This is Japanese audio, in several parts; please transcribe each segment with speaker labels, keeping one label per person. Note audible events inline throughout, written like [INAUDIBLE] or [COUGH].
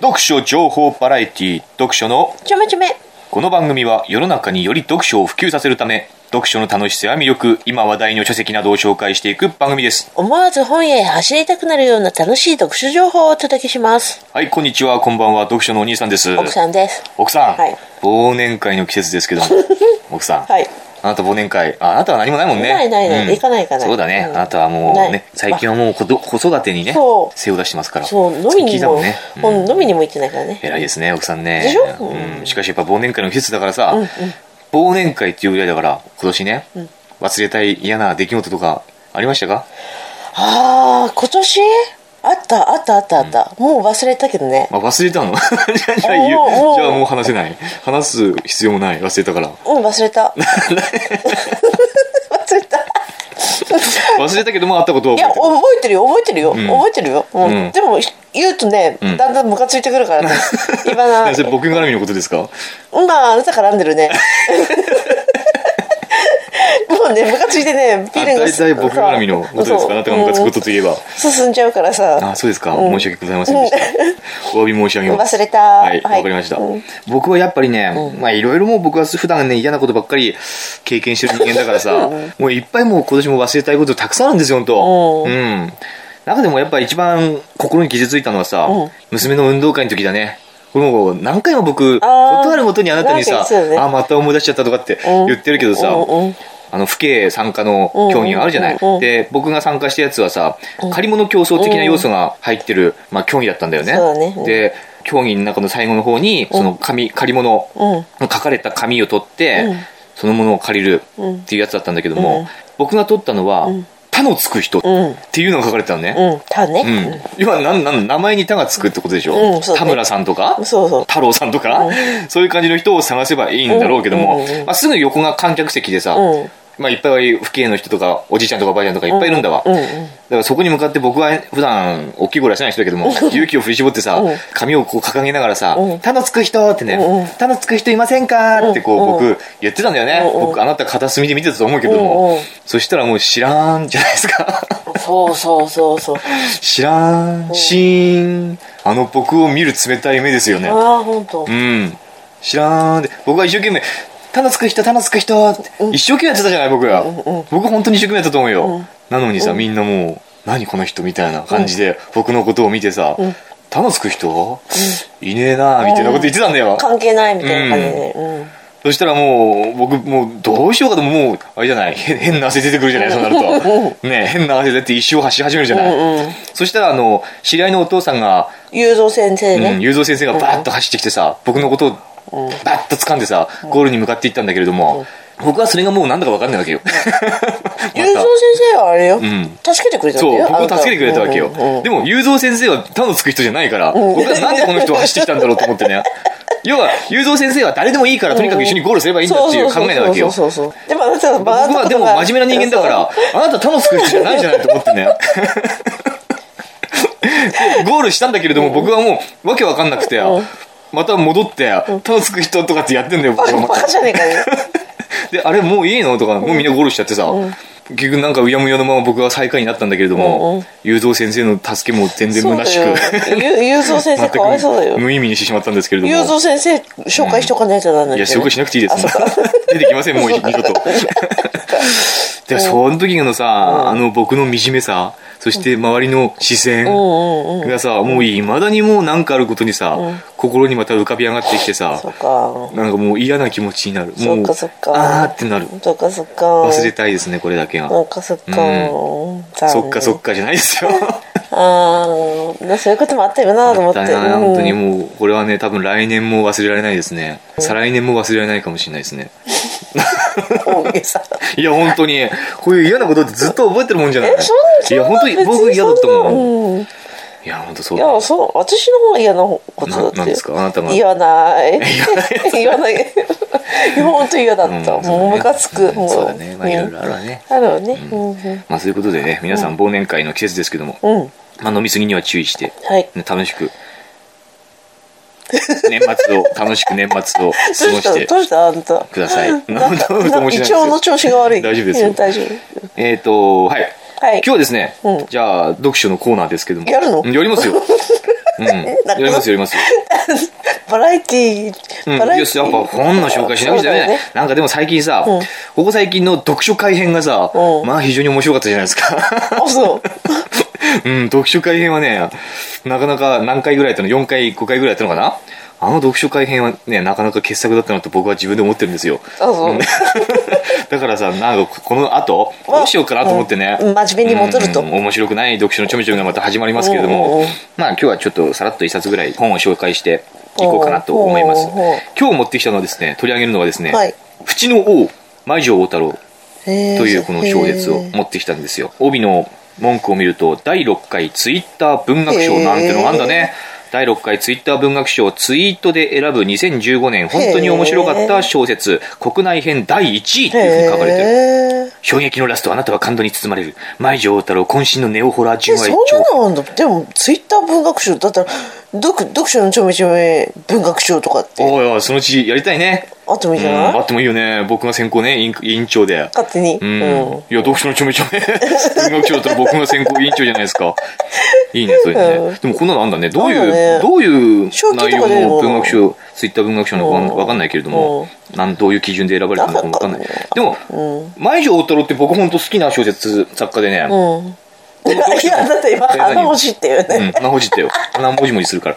Speaker 1: 読書情報バラエティ読書の
Speaker 2: ちょめちょめ
Speaker 1: この番組は世の中により読書を普及させるため読書の楽しさや魅力今話題の書籍などを紹介していく番組です
Speaker 2: 思わず本屋へ走りたくなるような楽しい読書情報をお届けします
Speaker 1: はいこんにちはこんばんは読書のお兄さんです
Speaker 2: 奥さんです
Speaker 1: 奥さん
Speaker 2: はい
Speaker 1: 忘年会の季節ですけども
Speaker 2: [LAUGHS]
Speaker 1: 奥さん、
Speaker 2: はい
Speaker 1: あなた忘年会ああなたは何もないもんね
Speaker 2: ないないない行かない行かない
Speaker 1: そうだね、
Speaker 2: うん
Speaker 1: あなたはもう
Speaker 2: ない
Speaker 1: ね最近はもう子ど子育てにね
Speaker 2: そう
Speaker 1: 背を出してますから
Speaker 2: そう飲みに
Speaker 1: 月だ
Speaker 2: も
Speaker 1: んね、うん
Speaker 2: 本飲みにも行ってないからね
Speaker 1: 偉いですね奥さんね
Speaker 2: でしょ
Speaker 1: うんしかしやっぱ忘年会の季節だからさ、忘年会っていうぐらいだから今年ね、忘れたい嫌な出来事とかありましたか
Speaker 2: ああ今年あったあったあったあった、もう忘れたけどね
Speaker 1: あ忘れた
Speaker 2: [LAUGHS]
Speaker 1: のじゃあじゃあ言う
Speaker 2: おうおう
Speaker 1: じゃあもう話せない話す必要もない忘れた
Speaker 2: [LAUGHS]
Speaker 1: から
Speaker 2: うん忘
Speaker 1: [LAUGHS]
Speaker 2: れた忘れた
Speaker 1: 忘れたけどもあったことを
Speaker 2: い
Speaker 1: 覚
Speaker 2: や
Speaker 1: えてる
Speaker 2: 覚えてるよ覚えてるよ、覚えてるよ、うん
Speaker 1: うん
Speaker 2: でも言うとね、
Speaker 1: ん
Speaker 2: だんだんムカついてくるから
Speaker 1: [LAUGHS]
Speaker 2: ね言わない
Speaker 1: 何それ僕絡みのことですか
Speaker 2: まあ、あなた絡んで
Speaker 1: [LAUGHS]
Speaker 2: るね。もうね、ムカついてね、ビ
Speaker 1: あ
Speaker 2: ールが
Speaker 1: 大体僕絡みのことです
Speaker 2: そう
Speaker 1: かあなたがムカつくことといえば
Speaker 2: 進んじゃうからさ。
Speaker 1: あそうですか、申し訳ございませんでした、お詫び申し上げます
Speaker 2: 忘れた
Speaker 1: はいわ、
Speaker 2: はい
Speaker 1: かりました、
Speaker 2: う
Speaker 1: 僕はやっぱりね、まあいろいろもう僕は普段ね嫌なことばっかり経験してる人間だからさ、もういっぱいもう今年も忘れたいことたくさんあるんですよ本当
Speaker 2: う
Speaker 1: うん中でもやっぱ一番心に傷ついたのはさ、娘の運動会の時だねこれもう何回も僕
Speaker 2: あー
Speaker 1: 断るごとにあなたに
Speaker 2: なん
Speaker 1: さ
Speaker 2: か言ってたよね
Speaker 1: あまた思い出しちゃったとかって言ってるけどさ、
Speaker 2: うんうんうん
Speaker 1: あの、府警参加の競技があるじゃない、
Speaker 2: うんうんうんうん
Speaker 1: で、僕が参加したやつはさ、借り物競争的な要素が入ってる、まあ、競技だったんだよね。
Speaker 2: そうだねうん
Speaker 1: で、競技の中の最後の方に、その紙、借り物の書かれた紙を取って、
Speaker 2: うん
Speaker 1: そのものを借りるっていうやつだったんだけども、
Speaker 2: うん
Speaker 1: 僕が取ったのは、他のつく人っ
Speaker 2: うん。
Speaker 1: ていうのが書かれてたのね。
Speaker 2: うん。た
Speaker 1: う
Speaker 2: ね。
Speaker 1: ん。要は、なん、なん、名前に他がつくってことでしょ、
Speaker 2: うんそうね
Speaker 1: 田村さんとか
Speaker 2: そうそう。
Speaker 1: 太郎さんとか、そういう感じの人を探せばいいんだろうけども、
Speaker 2: うんうんうん
Speaker 1: まあ、すぐ横が観客席でさ、
Speaker 2: うん
Speaker 1: まあ、いっぱい父兄の人とかおじいちゃんとかおばあちゃんとかいっぱいいるんだわ、
Speaker 2: うんう
Speaker 1: だ
Speaker 2: ん。
Speaker 1: からそこに向かって僕は普段大きい声はしない人だけども勇気を振り絞ってさ、
Speaker 2: うん
Speaker 1: 髪をこう掲げながらさ
Speaker 2: うん
Speaker 1: 「他のつく人」って
Speaker 2: うんう
Speaker 1: ね
Speaker 2: ん
Speaker 1: 「他のつく人いませんか?」ってこう
Speaker 2: うんう
Speaker 1: 僕言ってたんだよね、
Speaker 2: うんうん
Speaker 1: 僕あなた片隅で見てたと思うけども、
Speaker 2: うんうん
Speaker 1: そしたらもう知らんじゃないですか
Speaker 2: そうそうそうそう。
Speaker 1: 知らんシーンあの僕を見る冷たい目ですよね
Speaker 2: ああ、ほんと
Speaker 1: う。ん。知らんで。僕は一生懸命、たのつく人、たのつく人って、一生懸命やってたじゃない、僕ら。僕本当に一生懸命やったと思うよ。なのにさ、みんなもう、何この人みたいな感じで、僕のことを見てさ、たのつく人、いねえなみたいなこと言ってたんだよ。
Speaker 2: 関係ないみたいな感じでね。うん。
Speaker 1: そしたらもう、僕、もう、どうしようかと、もう、あれじゃない、へ変な汗出てくるじゃない、そうなると。ねえ変な汗出て一生走り始めるじゃ
Speaker 2: うんう
Speaker 1: なんい。そしたら、あの、知り合いのお父さんが、
Speaker 2: 雄三先生
Speaker 1: うん、
Speaker 2: ね。
Speaker 1: 雄三先生がバーッと走ってきてさ、僕のことをバッと掴んでさ、ゴールに向かっていったんだけれども、僕はそれがもうなんだか分かんないわけよ。 [LAUGHS]
Speaker 2: 雄三先生はあれよ。助けてくれたんだ
Speaker 1: そう、
Speaker 2: よ。
Speaker 1: 僕を助けてくれたわけよ
Speaker 2: あんたうんうん。
Speaker 1: でも、雄三先生は他のつく人じゃないから、僕はなんでこの人を走ってきたんだろうと思ってね。要は、雄三先生は誰でもいいから、とにかく一緒にゴールすればいいんだっていう考えなわけよ。
Speaker 2: そうそうそうそう。でもあなたは
Speaker 1: 僕はでも真面目な人間だか。ら、あなた他のつく人じゃないじゃないと思ってね。 [LAUGHS] でゴールしたんだけれども、僕はもう、わけわかんなくて、また戻って、他のつく人とかってやってんだよ、僕は
Speaker 2: [LAUGHS] バ
Speaker 1: ま
Speaker 2: カ
Speaker 1: た。
Speaker 2: じゃねえかよ。
Speaker 1: で、あれもういいのとか、もうみんなゴールしちゃってさ、結局なんかうやむやのまま僕は最下位になったんだけれども、雄三先生の助けも全然
Speaker 2: そう
Speaker 1: 虚
Speaker 2: だ
Speaker 1: しく
Speaker 2: よ。。ゆ雄三先生かわいそう
Speaker 1: [LAUGHS]
Speaker 2: だ
Speaker 1: 全く
Speaker 2: よ。
Speaker 1: 無意味にしてしまったんですけれども。
Speaker 2: 雄三先生紹介しとかないとならない
Speaker 1: いや、紹介しなくていいです。
Speaker 2: あそうか
Speaker 1: 出てきません、もう二度
Speaker 2: [LAUGHS]
Speaker 1: と。で、その時のさ、あの僕の惨めさ、そして周りの視線
Speaker 2: うんうんうん。
Speaker 1: がさ、もういまだにもうなんかあることにさ、心にまた浮かび上がってきてさ
Speaker 2: そ、っか。
Speaker 1: なんかもう嫌な気持ちになる。
Speaker 2: そ
Speaker 1: も
Speaker 2: っ
Speaker 1: う
Speaker 2: かそっ、か。
Speaker 1: あーってなる。
Speaker 2: そっかそっか。
Speaker 1: 忘れたいですね、これだけ
Speaker 2: そ
Speaker 1: が。
Speaker 2: っかそっか。
Speaker 1: そっかそっ
Speaker 2: か。
Speaker 1: かじゃないですよ。
Speaker 2: ああ、そういうこともあったよなと [LAUGHS] 思
Speaker 1: だ
Speaker 2: っ。
Speaker 1: ってた
Speaker 2: う
Speaker 1: な、[LAUGHS]
Speaker 2: ん
Speaker 1: 本当にもう、これはね、多分来年も忘れられないですね。再来年も忘れられないかもしれないですね。
Speaker 2: 大げ
Speaker 1: [LAUGHS]
Speaker 2: さ。
Speaker 1: いや、本当に。こういう嫌なことってずっと覚えてるもんじゃない。
Speaker 2: え、そん
Speaker 1: いや、本当に僕嫌だったもん。
Speaker 2: ん。うん。い
Speaker 1: いや、本当そうだ。
Speaker 2: や、そう、私の方が嫌なことだ
Speaker 1: な
Speaker 2: っ
Speaker 1: なん
Speaker 2: た
Speaker 1: です
Speaker 2: よ。
Speaker 1: かあなたが。
Speaker 2: 言
Speaker 1: [LAUGHS]
Speaker 2: わない。言わない。本当に嫌だ
Speaker 1: うん
Speaker 2: っ
Speaker 1: そ
Speaker 2: た。
Speaker 1: うだね
Speaker 2: もうムカつく。
Speaker 1: うん
Speaker 2: も
Speaker 1: そうだね。まあ、いろいろあ
Speaker 2: うん
Speaker 1: るわね。
Speaker 2: あるわね。うんうん。
Speaker 1: まあ、そういうことでね、皆さん忘年会の季節ですけども、
Speaker 2: うん。
Speaker 1: まあ、飲みすぎには注意して、
Speaker 2: はい。
Speaker 1: ね楽し
Speaker 2: [LAUGHS]
Speaker 1: く、年末を、楽しく年末を過ご
Speaker 2: どうし
Speaker 1: して
Speaker 2: たどうしたあんた。
Speaker 1: ください。
Speaker 2: [LAUGHS] な
Speaker 1: [LAUGHS] なんん
Speaker 2: か
Speaker 1: か
Speaker 2: な
Speaker 1: なんん
Speaker 2: か
Speaker 1: か面白いで
Speaker 2: 胃
Speaker 1: す
Speaker 2: 腸
Speaker 1: よ
Speaker 2: の調子が悪い。
Speaker 1: 大丈夫ですよ
Speaker 2: うん大丈夫。 [LAUGHS]
Speaker 1: えっ、と、はい。
Speaker 2: はい。
Speaker 1: 今日はですね、
Speaker 2: うん
Speaker 1: じゃあ、読書のコーナーですけども。
Speaker 2: やるの
Speaker 1: うんやりますよ。うん、やりますよやりますよ
Speaker 2: バラエティ
Speaker 1: うん、
Speaker 2: バラエ
Speaker 1: よ
Speaker 2: テ
Speaker 1: しやっぱ本の紹介しなくちゃ
Speaker 2: そうだよ
Speaker 1: ねなんかでも最近さ、
Speaker 2: うん
Speaker 1: ここ最近の読書改編がさ、
Speaker 2: うん
Speaker 1: まあ非常に面白かったじゃないですか [LAUGHS]
Speaker 2: あそう
Speaker 1: うん読書改編はねなかなか何回ぐらいやったの4回5回ぐらいやったのかなあの読書改編はねなかなか傑作だったなと僕は自分で思ってるんですよ
Speaker 2: あそう、
Speaker 1: うん [LAUGHS] だからさなんかこの後どうしようかなと思ってね、
Speaker 2: うん真面目に戻ると
Speaker 1: うん面白くない読書のちょめちょめがまた始まりますけれど
Speaker 2: おうおうお
Speaker 1: も
Speaker 2: う
Speaker 1: まあ今日はちょっとさらっと一冊ぐらい本を紹介していこうかなと思います
Speaker 2: おうおうおう
Speaker 1: 今日持ってきたのはですね取り上げるのはですね
Speaker 2: はい
Speaker 1: 「淵の王舞城王太郎」
Speaker 2: と
Speaker 1: というこの小説を持ってきたんですよ帯の文句を見ると第6回ツイッター文学賞なんてのがあんだね第6回ツイッター文学賞ツイートで選ぶ2015年本当に面白かった小説国内編第1位っていうふうに書かれてる
Speaker 2: る
Speaker 1: 衝撃のラストあなたは感動に包まれる舞城王太郎渾身のネオホラー純
Speaker 2: え
Speaker 1: 愛
Speaker 2: そん
Speaker 1: 超
Speaker 2: なのあんだでもツイッター文学賞だったら読読書のちょめちょめ文学賞とかって
Speaker 1: おいおいそのうちやりたいね
Speaker 2: あってもいい
Speaker 1: うん
Speaker 2: じゃない、
Speaker 1: あってもいいよね僕が先行ね委員委員長で
Speaker 2: 勝手に、
Speaker 1: う、
Speaker 2: うんん
Speaker 1: いや読書のちょめちょめ [LAUGHS] 文学賞だったら僕が選考委員長じゃないですかいいねそれね、
Speaker 2: うん
Speaker 1: でもこんなのあんだねどうい
Speaker 2: あん
Speaker 1: う、
Speaker 2: だね
Speaker 1: どういう
Speaker 2: 賞金とか
Speaker 1: 内容
Speaker 2: 出る
Speaker 1: の
Speaker 2: の
Speaker 1: 文学賞ツイッター文学賞なのかわかん
Speaker 2: うん
Speaker 1: わかんないけれども、なんどういう基準で選ばれたのかもわかんない
Speaker 2: なんか
Speaker 1: でも、前城大太郎って僕本当好きな小説作家でね、
Speaker 2: うん
Speaker 1: この読
Speaker 2: い
Speaker 1: 書の
Speaker 2: やだって今
Speaker 1: え何
Speaker 2: 鼻欲しいっていう
Speaker 1: う
Speaker 2: ね、
Speaker 1: ん、鼻ほじってよ。鼻もじもじするから。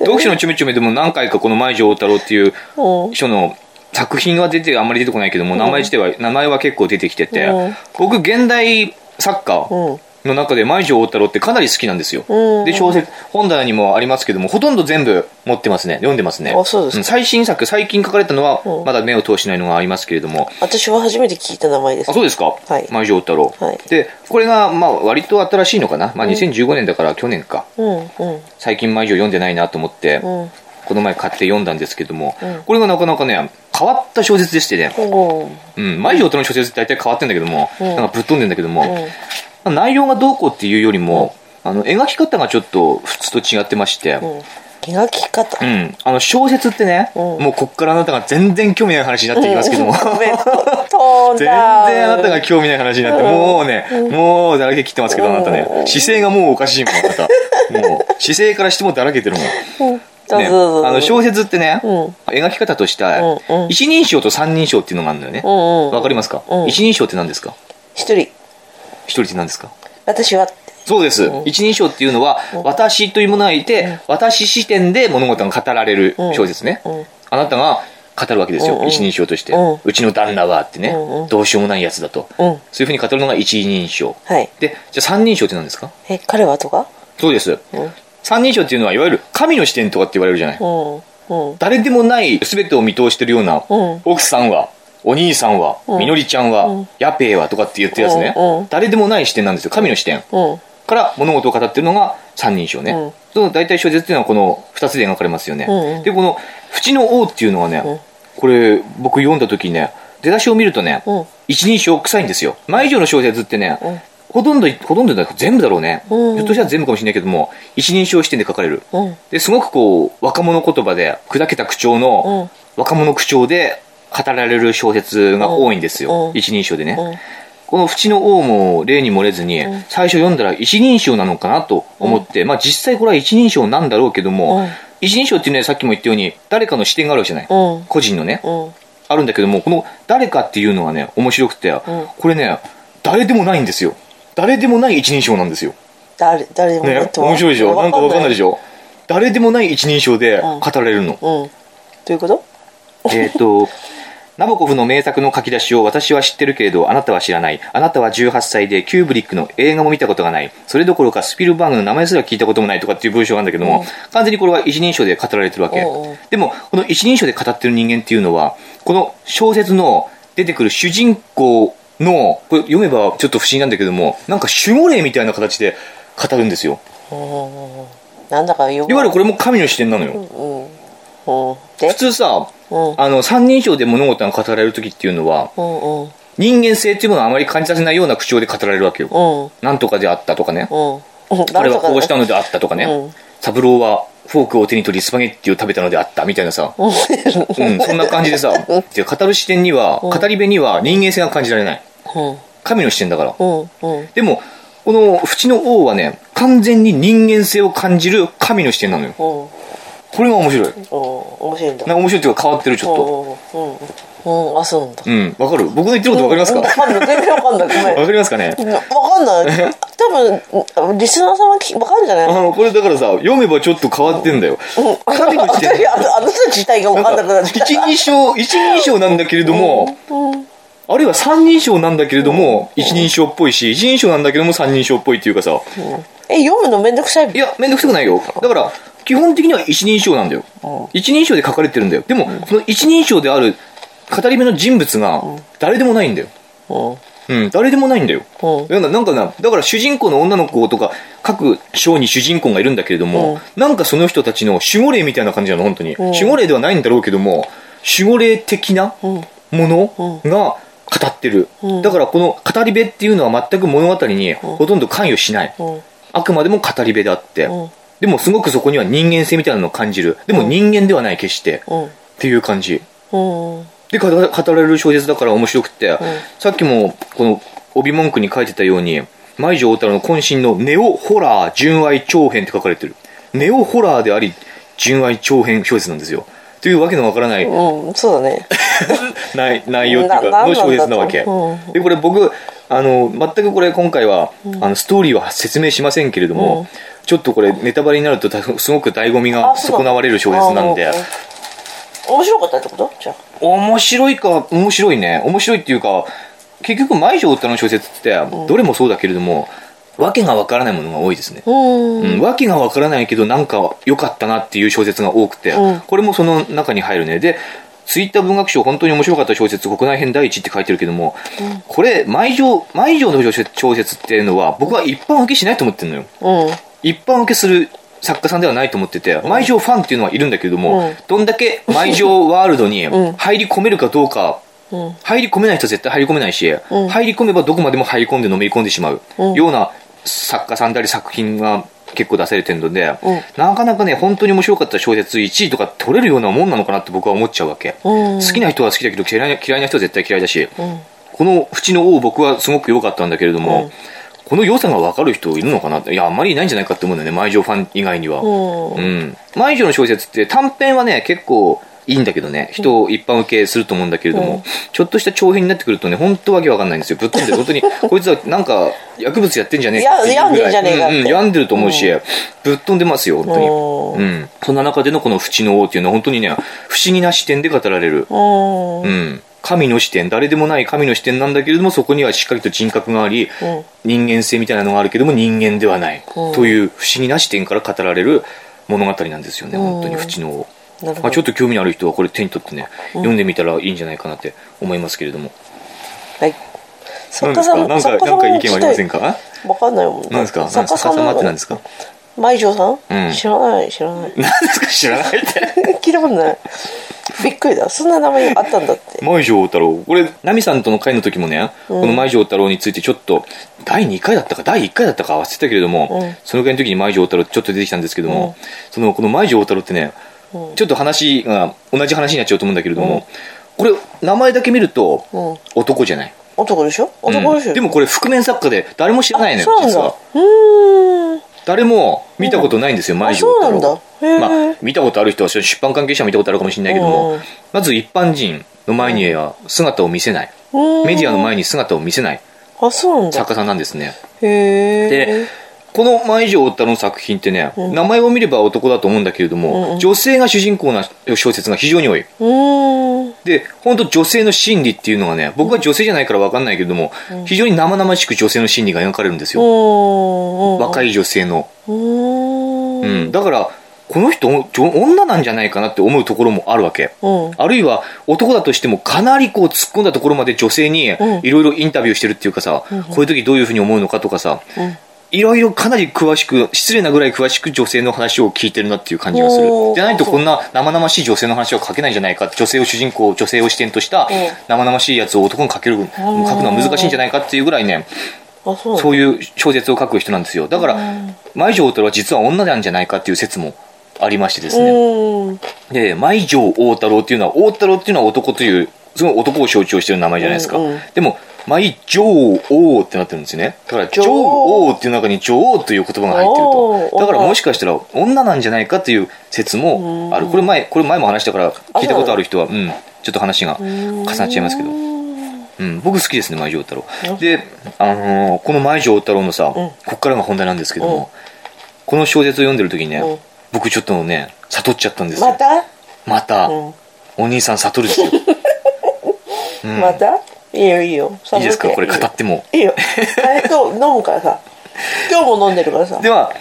Speaker 1: 読書のちょめちょめでも何回かこの前城大太郎っていう
Speaker 2: うん
Speaker 1: 書の作品は出て、あんまり出てこないけども、名前自体は、名前は結構出てきてて
Speaker 2: うん、
Speaker 1: 僕、現代作家
Speaker 2: うん
Speaker 1: の中で前城大太郎ってかなり好きなんですよ。
Speaker 2: うん
Speaker 1: で、小説、本棚にもありますけども、ほとんど全部持ってますね。読んでますね。
Speaker 2: あそうですか
Speaker 1: ん最新作、最近書かれたのは
Speaker 2: う、ん
Speaker 1: まだ目を通してないのがありますけれども、
Speaker 2: 私は初めて聞いた名前です
Speaker 1: あそうですか、
Speaker 2: はい
Speaker 1: 前城太郎、
Speaker 2: はい
Speaker 1: でこれがまあ割と新しいのかな、まあ、2015年だから去年か、
Speaker 2: うんうん
Speaker 1: 最近毎以上読んでないなと思って、
Speaker 2: うん
Speaker 1: この前買って読んだんですけども、
Speaker 2: うん
Speaker 1: これがなかなかね変わった小説でしてね、
Speaker 2: おー
Speaker 1: うん、毎城との小説って大体変わってんだけども、
Speaker 2: うん
Speaker 1: なんかぶっ飛んでんだけど
Speaker 2: う
Speaker 1: も、
Speaker 2: ん
Speaker 1: まあ内容がどうこうっていうよりも、あの描き方がちょっと普通と違ってまして、うん
Speaker 2: うん描き方、
Speaker 1: あの小説ってね、
Speaker 2: うん
Speaker 1: もうこっからあなたが全然興味ない話になっていきますけども、
Speaker 2: ごめん飛ん
Speaker 1: 全然
Speaker 2: だ
Speaker 1: あなたが興味ない話になって、もうね、もうだらけ切ってますけど、あなたね。姿勢がもうおかしいもん、あ
Speaker 2: [LAUGHS]
Speaker 1: なた。もう、姿勢からしてもだらけてるもん。
Speaker 2: うんどう
Speaker 1: ね、
Speaker 2: ぞどうぞ
Speaker 1: あの小説ってね、
Speaker 2: うん
Speaker 1: 描き方として、
Speaker 2: うんうん
Speaker 1: 一人称と三人称っていうのがあるんだよね。
Speaker 2: う
Speaker 1: わ、
Speaker 2: んうん
Speaker 1: かりますか、
Speaker 2: うん
Speaker 1: 一人称って何ですか
Speaker 2: 一人
Speaker 1: 一人って何ですか
Speaker 2: 私は
Speaker 1: そうです、一人称っていうのは、私というものがいて、私視点で物事が語られる小説ね。
Speaker 2: うん
Speaker 1: あなたが語るわけですよ、
Speaker 2: うんうん
Speaker 1: 一人称として、
Speaker 2: う
Speaker 1: うんちの旦那はってね、
Speaker 2: うんうん
Speaker 1: どうしようもないやつだと、そ
Speaker 2: うん
Speaker 1: ういうふうに語るのが一人称。
Speaker 2: はい
Speaker 1: で、じゃあ三人称って何ですか
Speaker 2: え彼はとか
Speaker 1: そうです、
Speaker 2: うん
Speaker 1: 三人称っていうのは、いわゆる神の視点とかって言われるじゃない。
Speaker 2: うんうん
Speaker 1: 誰でもない全てを見通してるような、
Speaker 2: うん
Speaker 1: 奥さんはお兄さんは、
Speaker 2: うん
Speaker 1: みのりちゃんは、
Speaker 2: うん
Speaker 1: やぺえはとかって言ってるやつね、
Speaker 2: うんうん
Speaker 1: 誰でもない視点なんですよ神の視点
Speaker 2: うん
Speaker 1: から物事を語ってるのが三人称ね、
Speaker 2: うん
Speaker 1: その大体小説っていうのはこの2つで描かれますよね、
Speaker 2: うんうん
Speaker 1: でこの「淵の王」っていうのはね、
Speaker 2: うん
Speaker 1: これ僕読んだ時にね出だしを見るとね、
Speaker 2: うん
Speaker 1: 一人称臭いんですよ前以上の小説ってね、
Speaker 2: うん
Speaker 1: ほとんどほとんどだ全部だろうね、
Speaker 2: うん
Speaker 1: ひょっとしたら全部かもしれないけども一人称視点で書かれる、
Speaker 2: うん
Speaker 1: ですごくこう若者言葉で砕けた口調の、若者口調で語られる小説が多いんですよ、
Speaker 2: うん
Speaker 1: 一人称でね、
Speaker 2: うん
Speaker 1: この「淵の王」も例に漏れずに、最初読んだら一人称なのかなと思って、まあ実際これは一人称なんだろうけども、
Speaker 2: うん
Speaker 1: 一人称っていうのはさっきも言ったように誰かの視点があるわけじゃない、
Speaker 2: うん
Speaker 1: 個人のね、
Speaker 2: うん
Speaker 1: あるんだけどもこの「誰か」っていうのがね面白くて、これね誰でもないんですよ誰でもない一人称なんですよ
Speaker 2: 誰誰でも
Speaker 1: ね、面白いでしょなんかわかんないでし
Speaker 2: ょ
Speaker 1: ょ誰でもない一人称で
Speaker 2: うん
Speaker 1: 語られるの、
Speaker 2: うんどういうこと
Speaker 1: [LAUGHS] えっとナボコフの名作の書き出しを私は知ってるけれどあなたは知らないあなたは18歳でキューブリックの映画も見たことがないそれどころかスピルバーグの名前すら聞いたこともないとかっていう文章があるんだけども、完全にこれは一人称で語られてるわけ、
Speaker 2: うんうん
Speaker 1: でもこの一人称で語ってる人間っていうのはこの小説の出てくる主人公のこれ読めばちょっと不思議なんだけどもなんか守護霊みたいな形で語るんですよ
Speaker 2: うんなんだかよく
Speaker 1: いわゆるこれも神の視点なのよ、
Speaker 2: うんうんで
Speaker 1: 普通さ、
Speaker 2: うん
Speaker 1: あの三人称で物事が語られる時っていうのは
Speaker 2: うんうん
Speaker 1: 人間性っていうものをあまり感じさせないような口調で語られるわけよ、
Speaker 2: うん
Speaker 1: なんとかであったとかね、
Speaker 2: うん
Speaker 1: 彼はこうしたのであったとかね、
Speaker 2: うん
Speaker 1: 三郎はフォークを手に取りスパゲッティを食べたのであったみたいなさ、
Speaker 2: うん
Speaker 1: うん、そんな感じでさで語る視点には語り部には人間性が感じられない
Speaker 2: うん
Speaker 1: 神の視点だから
Speaker 2: うんうん
Speaker 1: でもこの「淵の王」はね完全に人間性を感じる神の視点なのよ。
Speaker 2: おう
Speaker 1: これが面白い。
Speaker 2: おう面白いんだ
Speaker 1: なんか面白いっていうか変わってる、ちょっと。
Speaker 2: おうおううん、うん、あそうなんだ
Speaker 1: うん、わかる僕の言ってることわかりますか
Speaker 2: わ
Speaker 1: わ
Speaker 2: かんない全然わかんないごめん
Speaker 1: かりますかね
Speaker 2: わかんない。多分、リスナーさんはきわかるんじゃない
Speaker 1: あ
Speaker 2: の
Speaker 1: の、これだからさ、読めばちょっと変わってんだよ。神の視点。
Speaker 2: 私あのあの人自体がわかんなくなっちゃっ
Speaker 1: 一人 [LAUGHS] 称、一人称なんだけれども、あるいは三人称なんだけれども、一人称っぽいし、一人称なんだけども三人称っぽいっていうかさ、
Speaker 2: た。え、読むのめんどくさい。
Speaker 1: いや、めんどくさくないよ。だから、基本的には一人称なんだよ。一人称で書かれてるんだよ。でも、その一人称である語り部の人物が誰でもないんだよ。
Speaker 2: うん。うん。
Speaker 1: うん、誰でもないんだよ。
Speaker 2: うん
Speaker 1: なんかなんかな、だから主人公の女の子とか、各章に主人公がいるんだけれども、なんかその人たちの守護霊みたいな感じなの、本当に。守護霊ではないんだろうけども、守護霊的なものが語ってる。だからこの語り部っていうのは全く物語にほとんど関与しない。あくまでも語り部であって、
Speaker 2: うん
Speaker 1: でもすごくそこには人間性みたいなのを感じる。でも人間ではない、決して。
Speaker 2: うん
Speaker 1: っていう感じ。
Speaker 2: うん。うん。
Speaker 1: で語語られる小説だから面白くって、さっきもこの帯文句に書いてたように舞女大太郎の渾身の「ネオホラー純愛長編」って書かれてるネオホラーであり純愛長編小説なんですよというわけのわからない
Speaker 2: うん、そうだね。
Speaker 1: 内内容っていう
Speaker 2: な
Speaker 1: か
Speaker 2: なんなん
Speaker 1: の
Speaker 2: だと
Speaker 1: 小説なわけ、
Speaker 2: う
Speaker 1: でこれ僕あの全くこれ今回は、あのストーリーは説明しませんけれども、ちょっとこれネタバレになるとたすごく醍醐味が
Speaker 2: あそうだ
Speaker 1: 損なわれる小説なんで
Speaker 2: あうん面白かったってことじゃあ。
Speaker 1: 面白いか面白いね面白いっていうか結局毎女夫の小説ってどれもそうだけれども、訳がわからないものが多いですね、
Speaker 2: うん。
Speaker 1: うん、訳がわからないけどなんか良かったなっていう小説が多くて、
Speaker 2: うん
Speaker 1: これもその中に入るねでツイッター文学賞本当に面白かった小説国内編第一って書いてるけども、これ毎女毎女の小説小説っていうのは僕は一般受けしないと思ってるのよ
Speaker 2: うん。
Speaker 1: 一般受けする作家さんではないと思ってて、毎城ファンっていうのはいるんだけれども、
Speaker 2: うん
Speaker 1: どんだけ毎城ワールド
Speaker 2: [LAUGHS]
Speaker 1: に入り込めるかどうか、
Speaker 2: うん
Speaker 1: 入り込めない人は絶対入り込めないし、
Speaker 2: うん
Speaker 1: 入り込めばどこまでも入り込んでのめり込んでしまう、
Speaker 2: うん
Speaker 1: ような作家さんであり作品が結構出されてるので、
Speaker 2: うん
Speaker 1: なかなかね、本当に面白かった小説1位とか取れるようなもんなのかなって僕は思っちゃうわけ。
Speaker 2: うん
Speaker 1: 好きな人は好きだけど嫌いな嫌いな人は絶対嫌いだし、
Speaker 2: うん。
Speaker 1: この縁の王僕はすごく良かったんだけれども、この良さが分かる人いるのかないや、あんまりいないんじゃないかって思うんだよね、毎城ファン以外には。
Speaker 2: うん
Speaker 1: うん。毎城の小説って短編はね、結構いいんだけどね、人を一般受けすると思うんだけれども、ちょっとした長編になってくるとね、本当わけわかんないんですよ。ぶっ飛んで、本当に、 [LAUGHS] こいつはなんか薬物やってんじゃねえかっていうぐらい。
Speaker 2: や病んでんじゃねえかって
Speaker 1: うんうん、病んでると思うし、ぶっ飛んでますよ、本当に。
Speaker 2: う
Speaker 1: うん。そんな中でのこの縁の王っていうのは本当にね、不思議な視点で語られる。
Speaker 2: うん。うん。
Speaker 1: うん、神の視点誰でもない神の視点なんだけれどもそこにはしっかりと人格があり、人間性みたいなのがあるけども人間ではない、
Speaker 2: うん
Speaker 1: という不思議な視点から語られる物語なんですよね、
Speaker 2: うん
Speaker 1: 本当に縁の王
Speaker 2: なるほど
Speaker 1: まあ、ちょっと興味のある人はこれ手に取ってね、読んでみたらいいんじゃないかなって思いますけれども
Speaker 2: はい。
Speaker 1: 何です
Speaker 2: 作家さ
Speaker 1: か
Speaker 2: ん、
Speaker 1: なん
Speaker 2: 作
Speaker 1: か
Speaker 2: 家さ
Speaker 1: なん
Speaker 2: ん
Speaker 1: か意見はありません
Speaker 2: か
Speaker 1: か
Speaker 2: わかんないもんね。
Speaker 1: 何ですか
Speaker 2: 作家さん
Speaker 1: なん
Speaker 2: は
Speaker 1: って何
Speaker 2: [LAUGHS]
Speaker 1: ですか
Speaker 2: 舞城さん、
Speaker 1: うん
Speaker 2: 知らない、知らない。 [LAUGHS]
Speaker 1: 何ですか知らないって
Speaker 2: 聞いたことない。びっくりだ。そんな名前あったんだって。
Speaker 1: 舞城太郎これ奈美さんとの会の時もね、この舞城太郎についてちょっと第2回だったか第1回だったか忘れてたけれども、
Speaker 2: うん
Speaker 1: そのぐらいの時に舞城太郎ちょっと出てきたんですけども、そのこの舞城太郎ってね、
Speaker 2: うん
Speaker 1: ちょっと話が同じ話になっちゃうと思うんだけれども、これ名前だけ見ると
Speaker 2: うん
Speaker 1: 男じゃない、
Speaker 2: 男でしょ
Speaker 1: うん
Speaker 2: 男でしょ、
Speaker 1: でもこれ覆面作家で誰も知らないのよ
Speaker 2: そうなん
Speaker 1: 実
Speaker 2: だ
Speaker 1: は。
Speaker 2: うーん。
Speaker 1: 誰も見たことないんですよ、舞城
Speaker 2: あ
Speaker 1: 太
Speaker 2: そう
Speaker 1: 郎
Speaker 2: なんだへー
Speaker 1: まあ、見たことある人は出版関係者は見たことあるかもしれないけども、
Speaker 2: うん
Speaker 1: まず一般人の前には姿を見せない、
Speaker 2: うん
Speaker 1: メディアの前に姿を見せない
Speaker 2: あ、そうなんだ
Speaker 1: 作。家さんなんですね。
Speaker 2: へえ。
Speaker 1: で、この前以上太郎の作品ってね、名前を見れば男だと思うんだけれど
Speaker 2: うんう
Speaker 1: も、
Speaker 2: ん
Speaker 1: 女性が主人公な小説が非常に多い。
Speaker 2: うーん。
Speaker 1: で、本当女性の心理っていうのがね、僕は女性じゃないから分かんないけれども、非常に生々しく女性の心理が描かれるんです
Speaker 2: う
Speaker 1: よ。
Speaker 2: ん。
Speaker 1: 若
Speaker 2: い。
Speaker 1: い女性の。
Speaker 2: うー。
Speaker 1: うんん。だから、この人、女女なんじゃないかなって思うところもあるわけ。
Speaker 2: うん。
Speaker 1: あるいは男だとしてもかなりこう突っ込んだところまで女性にい
Speaker 2: う
Speaker 1: ろ
Speaker 2: ん
Speaker 1: いろインタビューしてるっていうかさ、こういう時どういうふうに思うのかとかさ、いろいろかなり詳しく、失礼なぐらい詳しく女性の話を聞いてるなっていう感じがする
Speaker 2: お。ー
Speaker 1: じゃないとこんな生々しい女性の話は書けないんじゃないか、女性を主人公、女性を視点とした
Speaker 2: うん
Speaker 1: 生々しいやつを男に書ける、書くのは難しいんじゃないかっていうぐらいね、
Speaker 2: あ、そうなんだ。
Speaker 1: そういう小説を書く人なんですよ。だから、舞女太郎は実は女なんじゃないかっていう説もありましてですね。
Speaker 2: うん。
Speaker 1: で、舞城大太郎っていうのは、大太郎っていうのは男という、すごい男を象徴してる名前じゃないですか。
Speaker 2: うんうん
Speaker 1: でも、毎女王ってなってるんですよね。だから、
Speaker 2: 女
Speaker 1: 女
Speaker 2: 王
Speaker 1: 王っていう中に女王という言葉が入ってる
Speaker 2: おー
Speaker 1: と。だから、もしかしたら女なんじゃないかという説もある。これ前、これ前も話したから、聞いたことある人は、うん、ちょっと話が重なっちゃいますけど。うん、僕好きですね、舞城太郎。で、あのーこの舞城太郎のさ、こっからが本題なんですけど
Speaker 2: うん
Speaker 1: も、この小説を読んでる時にね
Speaker 2: うん、
Speaker 1: 僕ちょっとね、悟っちゃったんですよ。
Speaker 2: また、
Speaker 1: また、
Speaker 2: うん
Speaker 1: お兄さん悟る
Speaker 2: [LAUGHS]
Speaker 1: ですよ。うん
Speaker 2: またいいよいいよ
Speaker 1: いい
Speaker 2: [LAUGHS]
Speaker 1: ですかこれ語
Speaker 2: 寒い
Speaker 1: っても。
Speaker 2: いいよ大今日飲むからさ今日も飲んでるからさ
Speaker 1: では、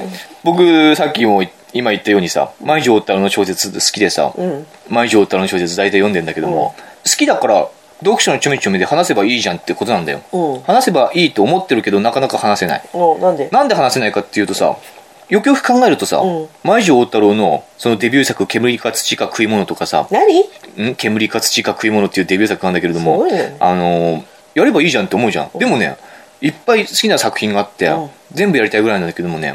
Speaker 1: 僕、さっきも今言ったようにさ、舞城太郎の小説好きでさ、
Speaker 2: ん
Speaker 1: 舞城太郎の小説大体読んでんだけども、好きだから、読書のちょめちょめで話せばいいじゃんってことなんだよ。
Speaker 2: うん
Speaker 1: 話せばいいと思ってるけど、なかなか話せない。
Speaker 2: もうなんで
Speaker 1: なんで話せないかっていうとさ、よくよく考えるとさ、
Speaker 2: ん
Speaker 1: 舞城太郎のそのデビュー作、煙か土か食い物とかさ、
Speaker 2: 何
Speaker 1: ん煙か土か食い物っていうデビュー作なんだけれども、
Speaker 2: すごいね
Speaker 1: あのーやればいいじゃんって思うじゃん、でもねいっぱい好きな作品があって、
Speaker 2: うん
Speaker 1: 全部やりたいぐらいなんだけどもね、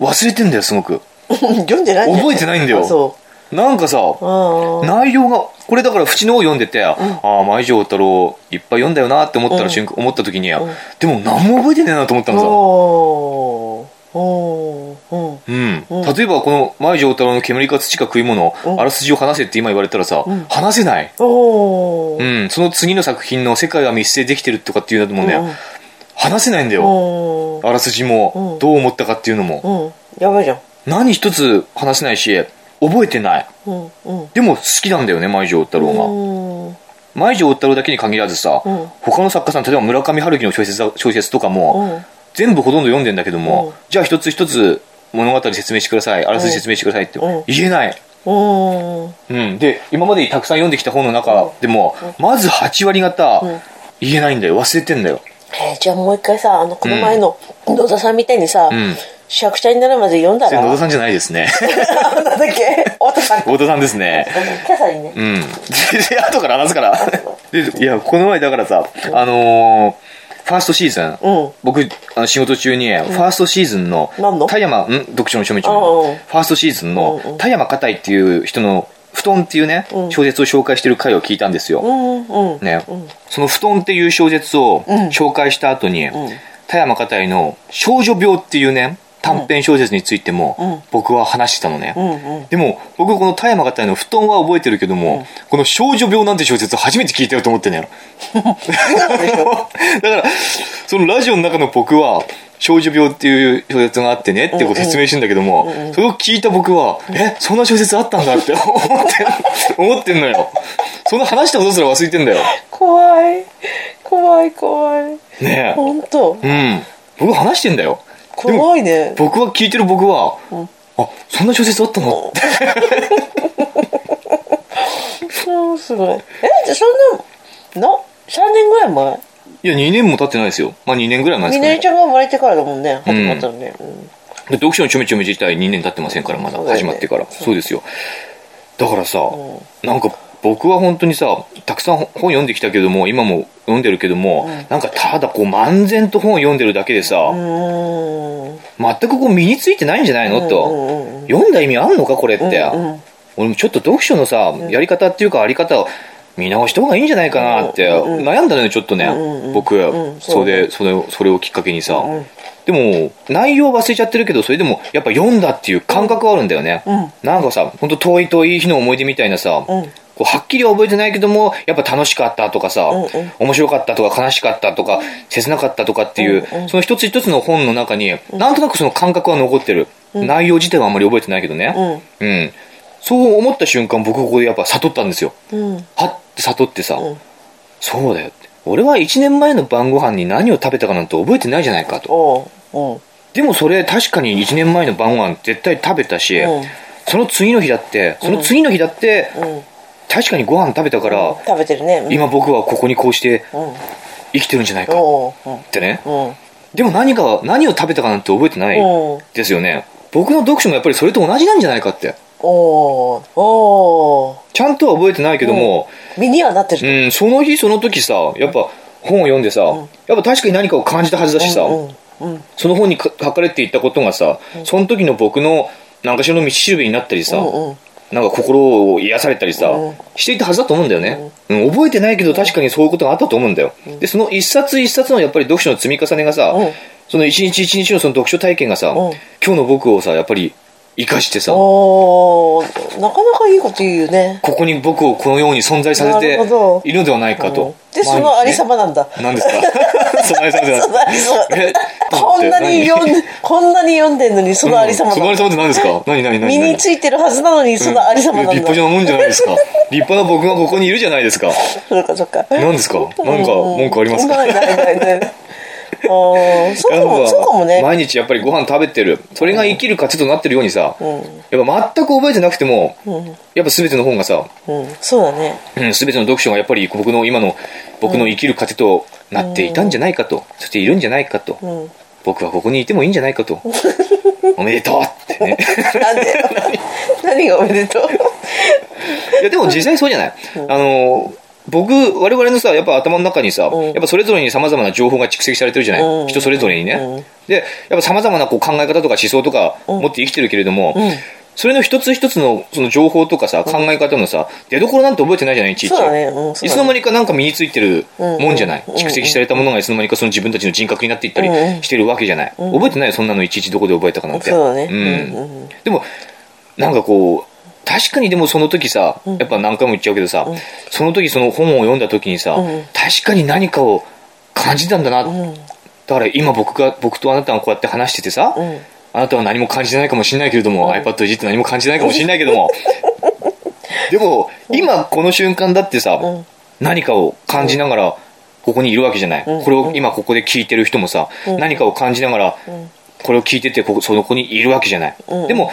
Speaker 1: 忘れてんだよすごく
Speaker 2: 読んでないん
Speaker 1: [LAUGHS]
Speaker 2: だよ
Speaker 1: 覚えてないんだよ
Speaker 2: あ [LAUGHS] そ
Speaker 1: なんかさ、
Speaker 2: うああ
Speaker 1: 内容がこれだから「淵のを読んでて、ああ舞城太郎いっぱい読んだよなって思ったら、瞬間思った時に、でも何も覚えてねえなと思ったのさ、
Speaker 2: おーおーうん
Speaker 1: うん、例えばこの「舞城太郎の煙か土か食い物、あらすじを話せ」って今言われたらさ、話せない
Speaker 2: お
Speaker 1: う
Speaker 2: ー
Speaker 1: ん、その次の作品の「世界は密生できてる」とかっていうのもね、
Speaker 2: うん
Speaker 1: 話せないんだよ、
Speaker 2: おー
Speaker 1: あらすじも
Speaker 2: うん
Speaker 1: どう思ったかっていうのも、
Speaker 2: うんやばいじゃん
Speaker 1: 何一つ話せないし覚えてない
Speaker 2: うんうん
Speaker 1: でも好きなんだよね舞城太郎が、
Speaker 2: うん
Speaker 1: 舞城太郎だけに限らずさ、
Speaker 2: うん
Speaker 1: 他の作家さん例えば村上春樹の小説だ小説とかも、
Speaker 2: うん
Speaker 1: 全部ほとんど読んでんだけども、
Speaker 2: うん
Speaker 1: じゃあ一つ一つ物語説明してくださいあらすじ説明してくださいって
Speaker 2: うん
Speaker 1: 言えない、
Speaker 2: うん
Speaker 1: うん、で今までたくさん読んできた本の中でも、まず8割方
Speaker 2: ん
Speaker 1: 言えないんだよ忘れてんだよ
Speaker 2: えーじゃあもう一回さあのこの前の野田さんみたいにさ、
Speaker 1: ん
Speaker 2: しゃくちゃになるまで読んだ
Speaker 1: それ
Speaker 2: ら
Speaker 1: 野田
Speaker 2: ん
Speaker 1: さんじゃないですね
Speaker 2: [LAUGHS] なんだっけ
Speaker 1: [LAUGHS]
Speaker 2: 太田さん
Speaker 1: 太田さんですね
Speaker 2: キャサリンね
Speaker 1: うん。で、後から話すから。で、いや、この前だからさ、あのー、ファーストシーズン、
Speaker 2: うん
Speaker 1: 僕あの仕事中にファーストシーズンの
Speaker 2: 何の
Speaker 1: 田山ん読書の書面
Speaker 2: ああああ
Speaker 1: 長ファーストシーズンの田山かたいっていう人の「布団」っていうね小説を紹介してる回を聞いたんですよ、
Speaker 2: うんうん
Speaker 1: ね、その「布団」っていう小説を
Speaker 2: ん
Speaker 1: 紹介した後に、田山かたいの「少女病」っていうね短編小説についても僕は話してたのね、
Speaker 2: うんうん
Speaker 1: でも僕この田山がたいの布団は覚えてるけども、この少女病なんて小説初めて聞いたよと思ってんの
Speaker 2: [LAUGHS]
Speaker 1: よだからそのラジオの中の僕は少女病っていう小説があってねってことを説明してんだけども、それを聞いた僕は、えそんな小説あったんだって思って思ってんのよそんな話したことすら忘れてんだよ
Speaker 2: 怖い怖い怖い
Speaker 1: ね
Speaker 2: 本当
Speaker 1: えうん僕話してんだよでも
Speaker 2: 怖いね
Speaker 1: 僕は聞いてる僕は、あそんな小説あったのって
Speaker 2: うんすごいえじゃあそんなの3年ぐらい前
Speaker 1: いや2年も経ってないですよまあ2年ぐらい前です
Speaker 2: み
Speaker 1: か
Speaker 2: ね
Speaker 1: ね
Speaker 2: りちゃんが生まれてからだもんね始まったのね、うん
Speaker 1: で読書のちょめちょめ自体2年経ってませんからまだ
Speaker 2: そうだよね
Speaker 1: 始まってからそうですよだからさ、なんか僕は本当にさたくさん本読んできたけども今も読んでるけども、なんかただこう漫然と本を読んでるだけでさ、
Speaker 2: うーん
Speaker 1: 全くこう身についてないんじゃないのと、
Speaker 2: うんうん
Speaker 1: 読んだ意味あんのかこれって、
Speaker 2: うんうん
Speaker 1: 俺もちょっと読書のさやり方っていうかあり方を見直した方がいいんじゃないかなって悩んだのよちょっとね、
Speaker 2: んうん
Speaker 1: 僕、
Speaker 2: うん
Speaker 1: それでそれをそれをきっかけにさ、でも内容忘れちゃってるけどそれでもやっぱ読んだっていう感覚はあるんだよね、なんかさ本当遠い遠い日の思い出みたいなさ、こうはっきりは覚えてないけどもやっぱ楽しかったとかさ、
Speaker 2: んうん
Speaker 1: 面白かったとか悲しかったとか切なかったとかっていう、その一つ一つの本の中になんとなくその感覚は残ってる、内容自体はあんまり覚えてないけどねうん、そう思った瞬間僕ここでやっぱ悟ったんですよ
Speaker 2: うん
Speaker 1: はって悟ってさ、
Speaker 2: うん
Speaker 1: そうだよって俺は1年前の晩ご飯に何を食べたかなんて覚えてないじゃないかと
Speaker 2: おううん
Speaker 1: でもそれ確かに1年前の晩ご飯絶対食べたし、
Speaker 2: うん
Speaker 1: その次の日だってその次の日だって、
Speaker 2: うん
Speaker 1: 確かにご飯食べたから、
Speaker 2: 食べてるね
Speaker 1: 今僕はここにこうして
Speaker 2: うんうん
Speaker 1: 生きてるんじゃないかっ
Speaker 2: おううん
Speaker 1: てね
Speaker 2: うん
Speaker 1: でも何か何を食べたかなんて覚えてない
Speaker 2: うん
Speaker 1: ですよね僕の読書もやっぱりそれと同じなんじゃないかって
Speaker 2: おーおー
Speaker 1: ちゃんとは覚えてないけども、
Speaker 2: 身にはなって
Speaker 1: う
Speaker 2: る、
Speaker 1: んその日その時さやっぱ本を読んでさ、やっぱ確かに何かを感じたはずだしさ、
Speaker 2: うんうん
Speaker 1: その本に書書かれていたことがさ、その時の僕の何かしらの道しるべになったりさ、
Speaker 2: うんうん
Speaker 1: なんか心を癒されたりさ、していたはずだと思うんだよね、うん覚えてないけど確かにそういうことがあったと思うんだよ、でその一冊一冊のやっぱり読書の積み重ねがさ、
Speaker 2: うん
Speaker 1: その一日一日のその読書体験がさ、
Speaker 2: ん
Speaker 1: 今日の僕をさやっぱり生かしてさ、
Speaker 2: おーなかなかいいこと言うね
Speaker 1: ここに僕をこのように存在させて
Speaker 2: なるほど
Speaker 1: いるのではないかと。
Speaker 2: でそのありさまなんだ
Speaker 1: なん
Speaker 2: [LAUGHS]
Speaker 1: ですかそのありさま
Speaker 2: そのありさま
Speaker 1: え
Speaker 2: こんなに読んでこんなに読んでんのにそのありさま
Speaker 1: うんそのあ
Speaker 2: な
Speaker 1: り
Speaker 2: ん
Speaker 1: さ
Speaker 2: だ
Speaker 1: まって何ですか何何何
Speaker 2: 身に
Speaker 1: 何
Speaker 2: ついてるはずなのにそのありさまなん
Speaker 1: 立
Speaker 2: だ
Speaker 1: 派なもんじゃないですか。立派な僕がここにいるじゃないですか。
Speaker 2: そうかそうか
Speaker 1: 何ですかなんか文句ありますか
Speaker 2: ないないないないああそうか
Speaker 1: なん
Speaker 2: も
Speaker 1: か
Speaker 2: そうかもね
Speaker 1: 毎日やっぱりご飯食べてる。それが生きる糧となってるようにさ、やっぱ全く覚えてなくても、やっぱ全ての本がさ、
Speaker 2: うんそうだね
Speaker 1: うん、全ての読書がやっぱり僕の今の僕の生きる糧となっていたんじゃないかと、そしているんじゃないかと、
Speaker 2: ん
Speaker 1: 僕はここにいてもいいんじゃないかとおめでとうってね
Speaker 2: なんで
Speaker 1: [LAUGHS]
Speaker 2: 何がおめでとう
Speaker 1: いやでも実際そうじゃない、あの僕我々のさやっぱ頭の中にさ、
Speaker 2: ん
Speaker 1: やっぱそれぞれにさまざまな情報が蓄積されてるじゃない、
Speaker 2: うん
Speaker 1: 人それぞれにね、
Speaker 2: うん
Speaker 1: でやっぱさまざまなこう考え方とか思想とか持って生きてるけれども、
Speaker 2: ん
Speaker 1: それの一つ一つのその情報とかさ考え方のさ出どころなんて覚えてないじゃないいちいち
Speaker 2: そうだねうんそうだね
Speaker 1: いつの間にかなんか身についてるもんじゃない、
Speaker 2: うん
Speaker 1: 蓄積されたものがいつの間にかその自分たちの人格になっていったり
Speaker 2: うん
Speaker 1: してるわけじゃない、覚えてないよそんなのいちいちどこで覚えたかなんて
Speaker 2: そうだね
Speaker 1: うん
Speaker 2: うんうん
Speaker 1: でもなんかこう確かにでもその時さやっぱ何回も言っちゃうけどさ、その時その本を読んだ時にさ、
Speaker 2: うん
Speaker 1: 確かに何かを感じたんだな、だから今僕が僕とあなたがこうやって話しててさ、
Speaker 2: うん
Speaker 1: あなたは何も感じてないかもしれないけれども、iPad いじって何も感じてないかもしれないけども [LAUGHS] でも今この瞬間だってさ、
Speaker 2: ん
Speaker 1: 何かを感じながらここにいるわけじゃない、
Speaker 2: うん
Speaker 1: これを今ここで聞いてる人もさ、何かを感じながらこれを聞いててここそこにいるわけじゃない、
Speaker 2: うん
Speaker 1: でも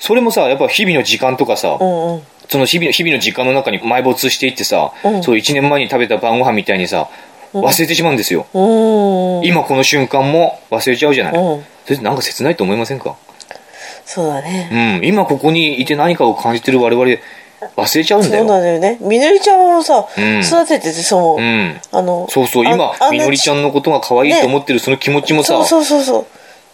Speaker 1: それもさやっぱ日々の時間とかさ、
Speaker 2: うんうん
Speaker 1: その日々の日々の時間の中に埋没していってさ、
Speaker 2: うん
Speaker 1: そう1年前に食べた晩ご飯みたいにさ忘れてしまうんですよ、
Speaker 2: うん
Speaker 1: 今この瞬間も忘れちゃうじゃない、
Speaker 2: うん
Speaker 1: それってなんか切ないと思いませんか
Speaker 2: そうだね
Speaker 1: うん、今ここにいて何かを感じてる我々忘れちゃうんだ
Speaker 2: そう
Speaker 1: よ。
Speaker 2: なんだよねみのりちゃんをさ
Speaker 1: ん。
Speaker 2: 育てててそううんあの
Speaker 1: そうそう、
Speaker 2: あ
Speaker 1: 今
Speaker 2: あ、ん
Speaker 1: み
Speaker 2: な
Speaker 1: のりちゃんのことが可愛いと思ってるその気持ちもさ、
Speaker 2: そうそうそうそう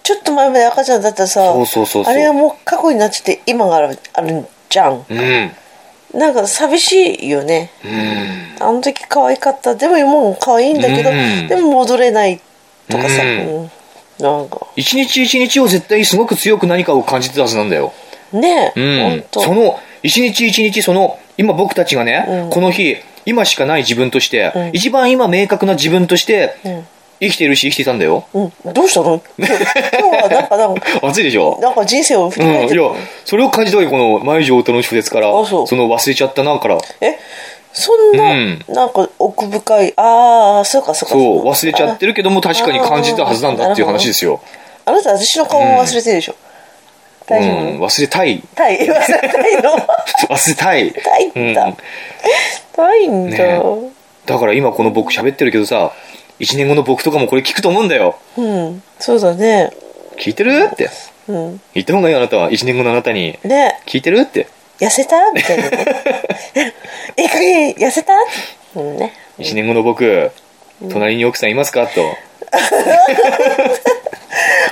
Speaker 2: ちょっと前まで赤ちゃんだったさ
Speaker 1: そうそうそうそう
Speaker 2: あれがもう過去になってて今があるあるじゃん
Speaker 1: うん、うん。
Speaker 2: なんか寂しいよねあの時可愛かったでも今も可愛いんだけど、
Speaker 1: うん
Speaker 2: でも戻れないとかさ、
Speaker 1: う
Speaker 2: うんんなんか
Speaker 1: 一日一日を絶対すごく強く何かを感じてたはずなんだよ。
Speaker 2: ね
Speaker 1: う
Speaker 2: え、
Speaker 1: ん。
Speaker 2: ほんと
Speaker 1: その、一日一日その、今僕たちがね、
Speaker 2: うん
Speaker 1: この日、今しかない自分として、
Speaker 2: うん
Speaker 1: 一番今明確な自分として、生きているし生きていたんだよ。 [LAUGHS]
Speaker 2: うん、どうしたの今日はなんかなんか
Speaker 1: 熱いでしょ
Speaker 2: なんか人生を振
Speaker 1: う
Speaker 2: り
Speaker 1: ん、
Speaker 2: 返っ
Speaker 1: い
Speaker 2: てる、
Speaker 1: や、それを感じたわけ、この、毎日大太の小説から、
Speaker 2: あそう
Speaker 1: の忘れちゃったなから、
Speaker 2: えそんな、
Speaker 1: うん
Speaker 2: なんか奥深いああそうかそうか
Speaker 1: そう、
Speaker 2: か
Speaker 1: 忘れちゃってるけども確かに感じたはずなんだっていう話ですよ。
Speaker 2: あなた私の顔も忘れてるでしょ、
Speaker 1: う
Speaker 2: 大丈夫、
Speaker 1: ん、忘れたい。 [LAUGHS]
Speaker 2: タイ忘れたいの
Speaker 1: 忘れたい。
Speaker 2: タイんだ、
Speaker 1: うん
Speaker 2: タイんだ、
Speaker 1: ねだから今この僕喋ってるけどさ、1年後の僕とかもこれ聞くと思うんだよ。
Speaker 2: うんそうだね
Speaker 1: 聞いてるって。
Speaker 2: うん
Speaker 1: 言った方がいいよ、あなたは。1年後のあなたに。
Speaker 2: ね
Speaker 1: 聞いてるって。
Speaker 2: 痩せたみたい
Speaker 1: [LAUGHS]
Speaker 2: なねえいい加減痩せたうんね
Speaker 1: 1年後の僕、隣に奥さんいますかと。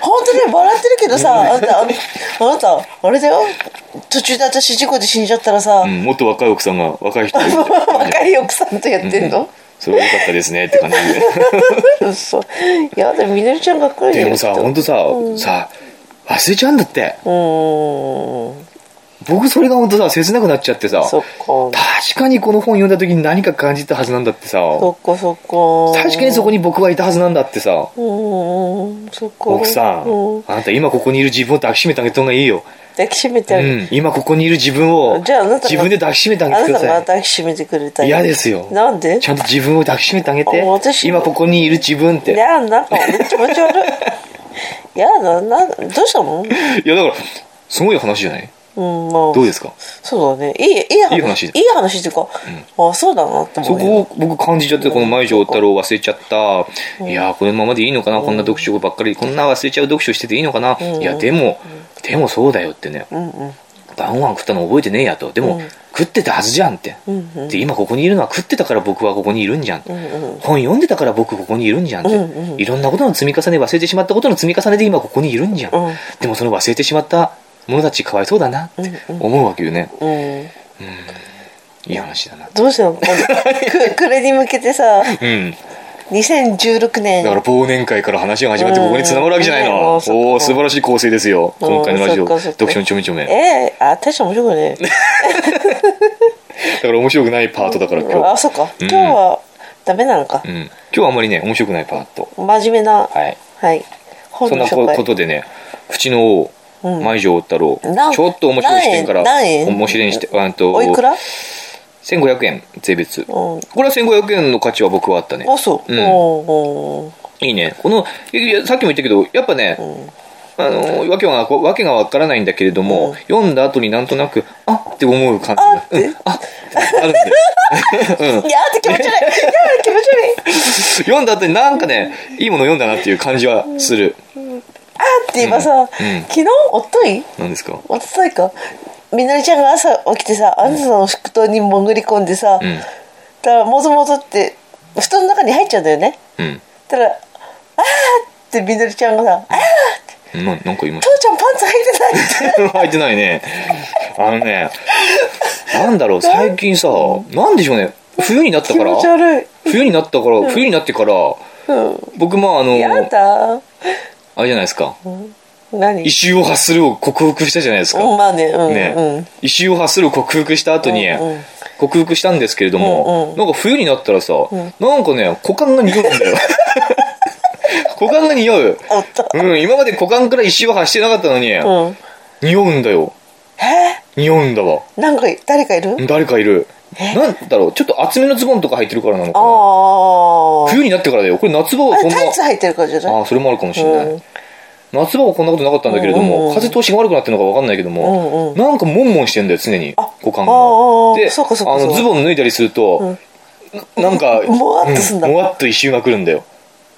Speaker 2: 本当に笑ってるけどさあなたあのあなたあれだよ途中で私事故で死んじゃったらさ、
Speaker 1: うん、もっと若い奥さんが、若い人がいるって
Speaker 2: [LAUGHS] 若い奥さんとやってんの、
Speaker 1: それは良かったですねって感じ
Speaker 2: [LAUGHS]
Speaker 1: で。
Speaker 2: 嘘やだみのりちゃんが来るよ
Speaker 1: でもさ、
Speaker 2: きっと
Speaker 1: ほんとさ、さ、忘れちゃうんだって。
Speaker 2: うーん
Speaker 1: 僕それがほんとさ、切なくなっちゃってさ。
Speaker 2: そっか
Speaker 1: 確かにこの本読んだ時に何か感じたはずなんだってさ
Speaker 2: そっかそっか
Speaker 1: 確かにそこに僕はいたはずなんだってさ
Speaker 2: うーんそっか
Speaker 1: 奥さん
Speaker 2: うん
Speaker 1: あなた今ここにいる自分を抱きしめてあげた方がいいよ、
Speaker 2: 抱きしめて
Speaker 1: う
Speaker 2: あげる
Speaker 1: ん、今ここにいる自分を
Speaker 2: じゃああなたが
Speaker 1: 自分で抱きしめてあげて
Speaker 2: あ
Speaker 1: く
Speaker 2: な
Speaker 1: だ
Speaker 2: たが
Speaker 1: さ
Speaker 2: 抱きしめてくれた
Speaker 1: い
Speaker 2: り
Speaker 1: 嫌ですよ
Speaker 2: なんで
Speaker 1: ちゃんと自分を抱きしめてあげて
Speaker 2: あ私
Speaker 1: 今ここにいる自分って
Speaker 2: いやなんか気持ち悪
Speaker 1: [LAUGHS]
Speaker 2: いいやだなどうしたの
Speaker 1: いやだからすごい話じゃない
Speaker 2: うんまあ
Speaker 1: どうですか
Speaker 2: そうだねいいいい
Speaker 1: いい
Speaker 2: 話
Speaker 1: 話
Speaker 2: いい話っていうか、あそうだなって
Speaker 1: そ
Speaker 2: 思う
Speaker 1: こを僕感じちゃってこの前城太郎忘れちゃったいやーこのままでいいのかなこんな読書ばっかりこんな忘れちゃう読書してていいのかないやでもでもそうだよってね
Speaker 2: うんうん
Speaker 1: 晩ご飯食ったの覚えてねえやとでも、食ってたはずじゃんって、
Speaker 2: んう
Speaker 1: で今ここにいるのは食ってたから僕はここにいるんじゃん、
Speaker 2: ん
Speaker 1: 本読んでたから僕ここにいるんじゃんって、
Speaker 2: うんうん
Speaker 1: いろんなことの積み重ね忘れてしまったことの積み重ねで今ここにいるんじゃん、
Speaker 2: うん
Speaker 1: でもその忘れてしまった者たちかわいそうだなって思うわけよね。
Speaker 2: うん、
Speaker 1: いい話だな。
Speaker 2: どうしよう今度く暮れに向けて
Speaker 1: [LAUGHS]
Speaker 2: さ
Speaker 1: うん。
Speaker 2: 2016年
Speaker 1: だから忘年会から話が始まって
Speaker 2: うん
Speaker 1: ここに繋がるわけじゃない
Speaker 2: うん
Speaker 1: の。お
Speaker 2: そっか
Speaker 1: ー素晴らしい構成ですよ。
Speaker 2: うん
Speaker 1: 今回のラジオ、
Speaker 2: そっかそっか
Speaker 1: 読書のちょめちょめ。
Speaker 2: えー、あ大した面白くね
Speaker 1: だから面白くないパートだから今
Speaker 2: あ
Speaker 1: 日。
Speaker 2: そっか
Speaker 1: うん
Speaker 2: 今日はダメなのか
Speaker 1: う、ん。今日はあんまりね、面白くないパート。
Speaker 2: 真面目なは
Speaker 1: はい。
Speaker 2: い、本
Speaker 1: そん
Speaker 2: の
Speaker 1: な
Speaker 2: 紹
Speaker 1: こ
Speaker 2: 介
Speaker 1: ことでね、淵の王、
Speaker 2: うん
Speaker 1: 舞城太郎、
Speaker 2: なん
Speaker 1: ちょっと面白い視点から、
Speaker 2: 何円何円
Speaker 1: 面白い視点、あんと、
Speaker 2: おいくら、
Speaker 1: 1500円税別、こ
Speaker 2: うん、
Speaker 1: れは1500円の価値は僕はあったね
Speaker 2: あそう、
Speaker 1: うん
Speaker 2: おーお
Speaker 1: いいねこのいやさっきも言ったけどやっぱね、
Speaker 2: ん
Speaker 1: あのわけはわけがわからないんだけれども、
Speaker 2: うん
Speaker 1: 読んだ後になんとなくあって思う感じ
Speaker 2: あ
Speaker 1: が、
Speaker 2: って
Speaker 1: うん、ああるんだよ [LAUGHS]
Speaker 2: ーいやーって気持ち悪いいやー気持ち悪い
Speaker 1: 読んだ後になんかねいいもの読んだなっていう感じはする
Speaker 2: あーって今さ、昨日おっとい
Speaker 1: なんですか
Speaker 2: おとといかみのりちゃんが朝起きてさあなたの服団に潜り込んでさ、
Speaker 1: うん
Speaker 2: たらもぞもぞって布団の中に入っちゃうんだよね
Speaker 1: うん
Speaker 2: たら「あー」ってみのりちゃんがさ「あー
Speaker 1: ななんか言いまし
Speaker 2: 父ちゃんパンツ履いてない」って
Speaker 1: た [LAUGHS] 入ってないねあのねなんだろう最近さなんでしょうね冬になった
Speaker 2: 気
Speaker 1: から
Speaker 2: 持ち悪い
Speaker 1: 冬になったから冬になってから
Speaker 2: うん
Speaker 1: 僕もあの
Speaker 2: やだ
Speaker 1: あれじゃないですか
Speaker 2: 何
Speaker 1: 異臭を発するを克服したじゃないですか、
Speaker 2: うんまあねうん
Speaker 1: ね
Speaker 2: うん
Speaker 1: 異臭を発するを克服した後に、
Speaker 2: うんうん
Speaker 1: 克服したんですけれども、
Speaker 2: うんうん
Speaker 1: なんか冬になったらさ、なんかね股間が匂うんだ
Speaker 2: [LAUGHS]
Speaker 1: よ股間が匂う、
Speaker 2: おっと
Speaker 1: うん、今まで股間から異臭を発してなかったのに、
Speaker 2: うん
Speaker 1: 匂うんだよ
Speaker 2: え
Speaker 1: 匂うんだわ
Speaker 2: ーなんか誰かいる
Speaker 1: 誰かいるなんだろうちょっと厚めのズボンとか履いてるからなのかな
Speaker 2: ああ
Speaker 1: 冬になってからだよこれ夏場は
Speaker 2: あ
Speaker 1: そ
Speaker 2: れ
Speaker 1: んな
Speaker 2: タイツ履いてるからじゃない
Speaker 1: ああそれもあるかもしれない、
Speaker 2: うん
Speaker 1: 夏場はこんなことなかったんだけれども、
Speaker 2: うんうんうん
Speaker 1: 風通しが悪くなってるのか分かんないけども、
Speaker 2: うんうん
Speaker 1: なんかモンモンしてんだよ常に
Speaker 2: あ
Speaker 1: 股間
Speaker 2: あああ
Speaker 1: がで
Speaker 2: そうかそうか
Speaker 1: あ
Speaker 2: そう
Speaker 1: の
Speaker 2: か
Speaker 1: ズボン脱いだりすると、ななんか
Speaker 2: もわっとすんだ
Speaker 1: うもわっと異臭が来るんだよ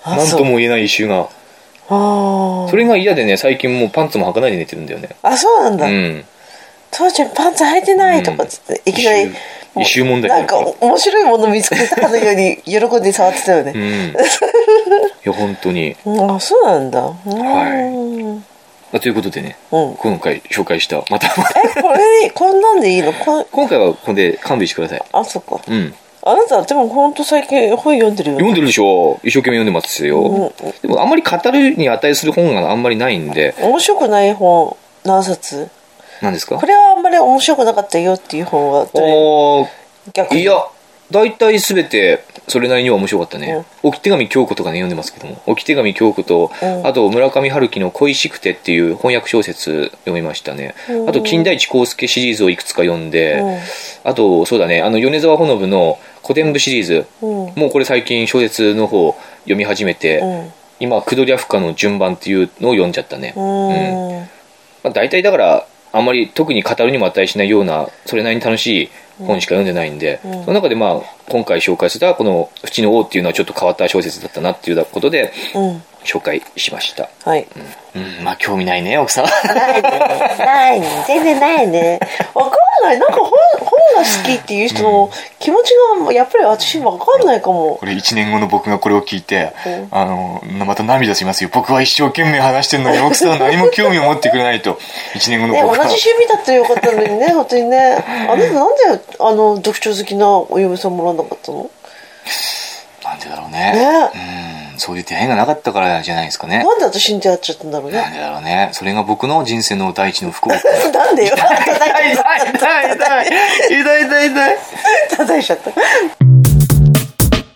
Speaker 2: あ
Speaker 1: なん
Speaker 2: そう
Speaker 1: とも言えない異臭が
Speaker 2: あ
Speaker 1: それが嫌でね最近もうパンツも履かないで寝てるんだよね
Speaker 2: ああそうなんだ、
Speaker 1: うん
Speaker 2: 父ちゃんパンツ履いてないとかっつって、いきなり
Speaker 1: 一周一周問題
Speaker 2: なんか面白いもの見つけたかのように喜んで触ってたよ
Speaker 1: うん
Speaker 2: ね、
Speaker 1: いや本当に
Speaker 2: あそうなんだ
Speaker 1: はい
Speaker 2: うん
Speaker 1: あということでね、
Speaker 2: うん
Speaker 1: 今回紹介したまた [LAUGHS]
Speaker 2: えこれでこんなんでいいのこん
Speaker 1: 今回はこれで勘弁してください
Speaker 2: あそっか
Speaker 1: うん
Speaker 2: あなたでも本当最近本読んでるよ
Speaker 1: 読
Speaker 2: ね
Speaker 1: んでるでしょ一生懸命読んでますよ、でもあんまり語るに値する本があんまりないんで
Speaker 2: 面白くない本何冊
Speaker 1: 何ですか
Speaker 2: これはあんまり面白くなかったよっていう本はどれ
Speaker 1: お
Speaker 2: 逆
Speaker 1: ー
Speaker 2: に
Speaker 1: いや大体全てそれなりには面白かったね、置き手紙京子とかね読んでますけども置き手紙京子と、
Speaker 2: うん
Speaker 1: あと村上春樹の「恋しくて」っていう翻訳小説読みましたね、
Speaker 2: うん
Speaker 1: あと金田一耕助シリーズをいくつか読んで、
Speaker 2: うん
Speaker 1: あとそうだねあの米沢ほのぶの古典部シリーズ、
Speaker 2: うん
Speaker 1: もうこれ最近小説の方読み始めて、
Speaker 2: うん
Speaker 1: 今クドリャフカの順番っていうのを読んじゃったね、
Speaker 2: うんうん
Speaker 1: まあ、大体だからあんまり特に語るにも値しないようなそれなりに楽しい本しか読んでないんで、
Speaker 2: ん
Speaker 1: その中でまあ今回紹介したこの「淵の王」っていうのはちょっと変わった小説だったなっていうことで紹介しました
Speaker 2: はい
Speaker 1: うんまあ興味ないね奥さん
Speaker 2: ないね。ないね。全然ないね。わかんない。なんか本、本が好きっていう人の気持ちが、やっぱり私わかんないかも。
Speaker 1: [LAUGHS] これ1年後の僕がこれを聞いて
Speaker 2: うん
Speaker 1: あのまた涙しますよ僕は一生懸命話してるのに奥さんは何も興味を持ってくれないと1年後
Speaker 2: ね、同じ趣味だったらよかったの
Speaker 1: [LAUGHS]
Speaker 2: にね、本当にね。あなたなんで、あの、読書好きなお嫁さんもらわなかったの
Speaker 1: なんでだろう
Speaker 2: ね
Speaker 1: うんそういう出会いがなかったからじゃないですかね
Speaker 2: なんで私に出会っちゃったんだろう
Speaker 1: なん
Speaker 2: ね。
Speaker 1: でだろうねそれが僕の人生の第一の [LAUGHS] 不幸
Speaker 2: なんでよ。叩
Speaker 1: [LAUGHS] 痛い痛い痛い痛い
Speaker 2: いちゃった。
Speaker 1: 痛い痛い
Speaker 2: 叩いちゃった。